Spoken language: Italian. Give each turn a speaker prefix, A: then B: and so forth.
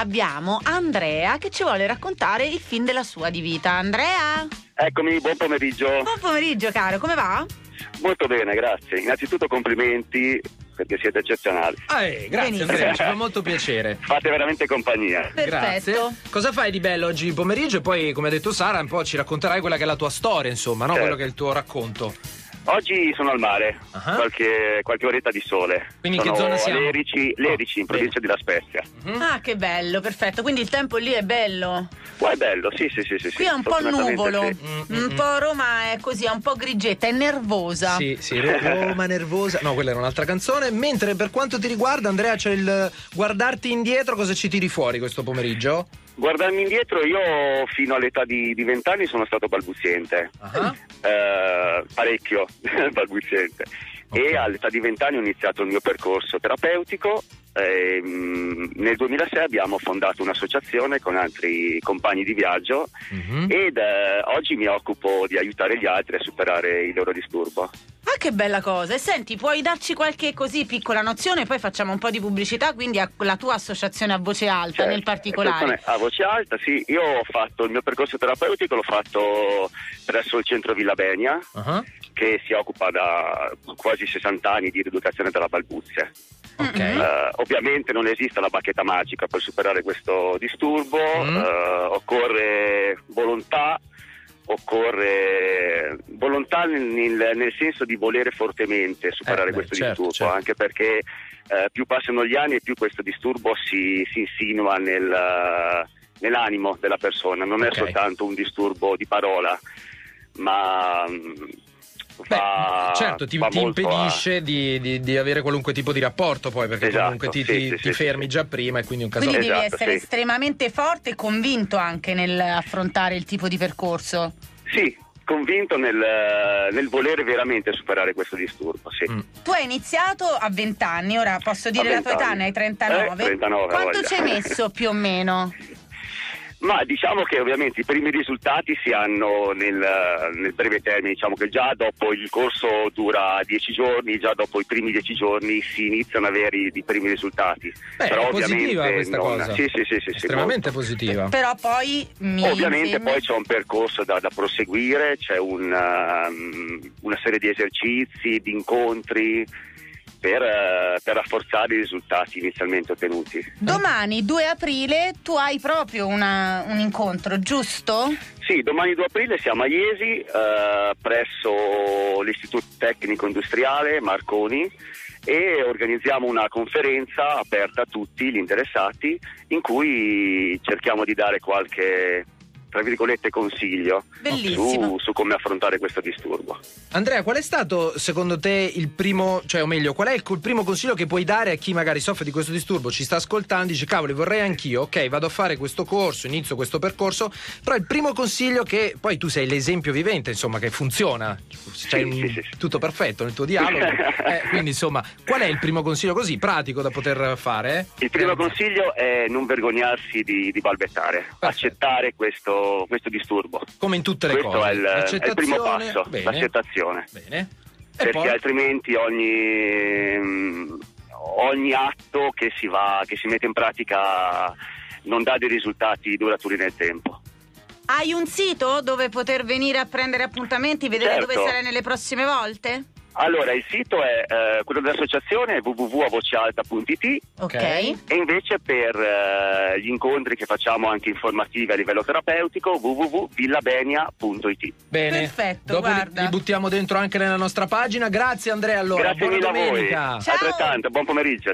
A: abbiamo Andrea che ci vuole raccontare il film della sua di vita. Andrea,
B: Eccomi, buon pomeriggio.
A: buon pomeriggio caro, come va?
B: Molto bene, grazie. Innanzitutto complimenti perché siete eccezionali.
C: Ah, eh, grazie
A: Benissimo.
C: Andrea, ci fa molto piacere.
B: Fate veramente compagnia.
A: Perfetto.
C: Grazie. Cosa fai di bello oggi pomeriggio? E poi, come ha detto Sara, un po' ci racconterai quella che è la tua storia, insomma, no?
B: Certo.
C: quello che è il tuo racconto.
B: Oggi sono al mare,
C: Ah.
B: qualche, qualche oretta di sole.
C: Quindi in
B: sono
C: che zona siamo?
B: a Lerici, Lerici, in
C: Bene.
B: provincia di La Spezia.
C: Mhm.
A: Ah, che bello, perfetto. Quindi il tempo lì è bello.
B: Qua è bello, sì, sì, sì. sì
A: Qui
B: sì,
A: è un po'
B: fortunatamente
A: nuvolo,
B: sì.
C: Mm, mm,
A: un
C: mm.
A: po' Roma è così, è un po' grigetta, è nervosa.
C: Sì, sì, Ro- Roma nervosa. No, quella era un'altra canzone. Mentre per quanto ti riguarda, Andrea, c'è il guardarti indietro, cosa ci tiri fuori questo pomeriggio?
B: Guardarmi indietro, io fino all'età di, di 20 anni sono stato balbuziente,
C: Ah.
B: eh, parecchio balbuziente.
C: Ok.
B: E all'età di 20 anni ho iniziato il mio percorso terapeutico. e, mm, nel 2006 abbiamo fondato un'associazione con altri compagni di viaggio
A: Mm.
C: Mhm.
B: ed eh, oggi mi occupo di aiutare gli altri a superare il loro disturbo.
A: Ah, che bella cosa! E senti, puoi darci qualche così piccola nozione, poi facciamo un po' di pubblicità, quindi a- la tua associazione a voce alta
B: Certo,
A: nel particolare.
B: persone A voce alta, sì, io ho fatto il mio percorso terapeutico, l'ho fatto presso il centro Villa Benia,
C: Ah.
B: che si occupa da quasi 60 anni di rieducazione della balbuzia.
C: Ok.
A: Mm-mm.
B: Eh, ovviamente non esiste la bacchetta magica per superare questo disturbo,
C: Mm.
B: eh, occorre volontà, occorre volontà nel, nel- nel senso di volere fortemente superare
C: Eh, beh,
B: questo
C: certo,
B: disturbo,
C: certo.
B: anche perché eh, più passano gli anni e più questo disturbo si, si insinua nel- nell'animo della persona, non
C: Ok.
B: è soltanto un disturbo di parola, ma... mm,
C: Beh,
B: fa-
C: certo, ti,
B: fa
C: ti
B: molto a-
C: impedisce di, di- di avere qualunque tipo di rapporto poi, perché
B: Esatto,
C: comunque ti,
B: sì,
C: ti-
B: sì,
C: ti
B: sì,
C: fermi
B: sì.
C: già prima e quindi è un caso.
A: Quindi devi
B: Esatto,
A: essere
B: sì.
A: estremamente forte e convinto anche nell'affrontare il tipo di percorso.
B: Sì, convinto nel, nel volere veramente superare questo disturbo, sì.
C: Mm.
A: Tu hai iniziato a 20 anni, ora posso dire la tua
B: 20
A: età,
B: anni.
A: ne hai 39.
B: Eh, 39,
A: Quanto
B: voglia.
A: ci hai messo più o meno?
B: Ma diciamo che ovviamente i primi risultati si hanno nel, nel breve termine, diciamo che già dopo il corso dura 10 giorni, già dopo i primi 10 giorni si iniziano ad avere i, i primi risultati.
C: Beh,
B: Però
C: è positiva
B: ovviamente
C: questa
B: non-
C: cosa.
B: Sì, sì, sì, sì, sì,
C: Estremamente
B: molto.
C: positiva.
A: Però poi mi
B: Ovviamente
A: insegni-
B: poi c'è un percorso da, da proseguire, c'è un, ehm, una serie di esercizi, di incontri per, eh, per rafforzare i risultati inizialmente ottenuti.
A: Domani 2 aprile tu hai proprio una- un incontro, giusto?
B: Sì, domani 2 aprile siamo a Iesi eh, presso l'Istituto Tecnico Industriale Marconi e organizziamo una conferenza aperta a tutti gli interessati in cui cerchiamo di dare qualche tra virgolette consiglio
A: Bellissimo.
B: su, su come affrontare questo disturbo.
C: Andrea, qual è stato secondo te il primo, cioè o meglio, qual è il, col- primo consiglio che puoi dare a chi magari soffre di questo disturbo, ci sta ascoltando, dice cavoli vorrei anch'io, ok vado a fare questo corso, inizio questo percorso, però il primo consiglio che poi tu sei l'esempio vivente insomma che funziona, c'è
B: Sì,
C: un-
B: sì, sì, sì.
C: tutto perfetto nel tuo dialogo, Eh, quindi insomma qual è il primo consiglio così pratico da poter fare? Cioè,
B: Il primo consiglio è non vergognarsi di, di balbettare, accettare questo, questo disturbo.
C: Come in tutte le
B: Questo
C: cose,
B: è il- è il, primo
C: Accettazione,
B: passo,
C: bene.
B: l'accettazione.
C: Bene. E
B: perché
C: poi?
B: altrimenti ogni, mm, ogni atto che si, va, che si mette in pratica non dà dei risultati duraturi nel tempo.
A: Hai un sito dove poter venire a prendere appuntamenti, vedere
B: Certo.
A: dove sarai nelle prossime volte?
B: Allora, il sito è eh, quello dell'associazione è www.avocealta.it
A: Ok.
C: Ok.
B: e invece per eh, gli incontri che facciamo anche informativi a livello terapeutico www.villabenia.it.
C: Bene.
A: Perfetto,
C: Dopo li-
A: guarda.
C: li buttiamo dentro anche nella nostra pagina. Grazie Andrea allora,
B: Grazie
C: buona
B: mille a voi.
C: domenica.
A: Ciao.
B: Altrettanto, buon pomeriggio.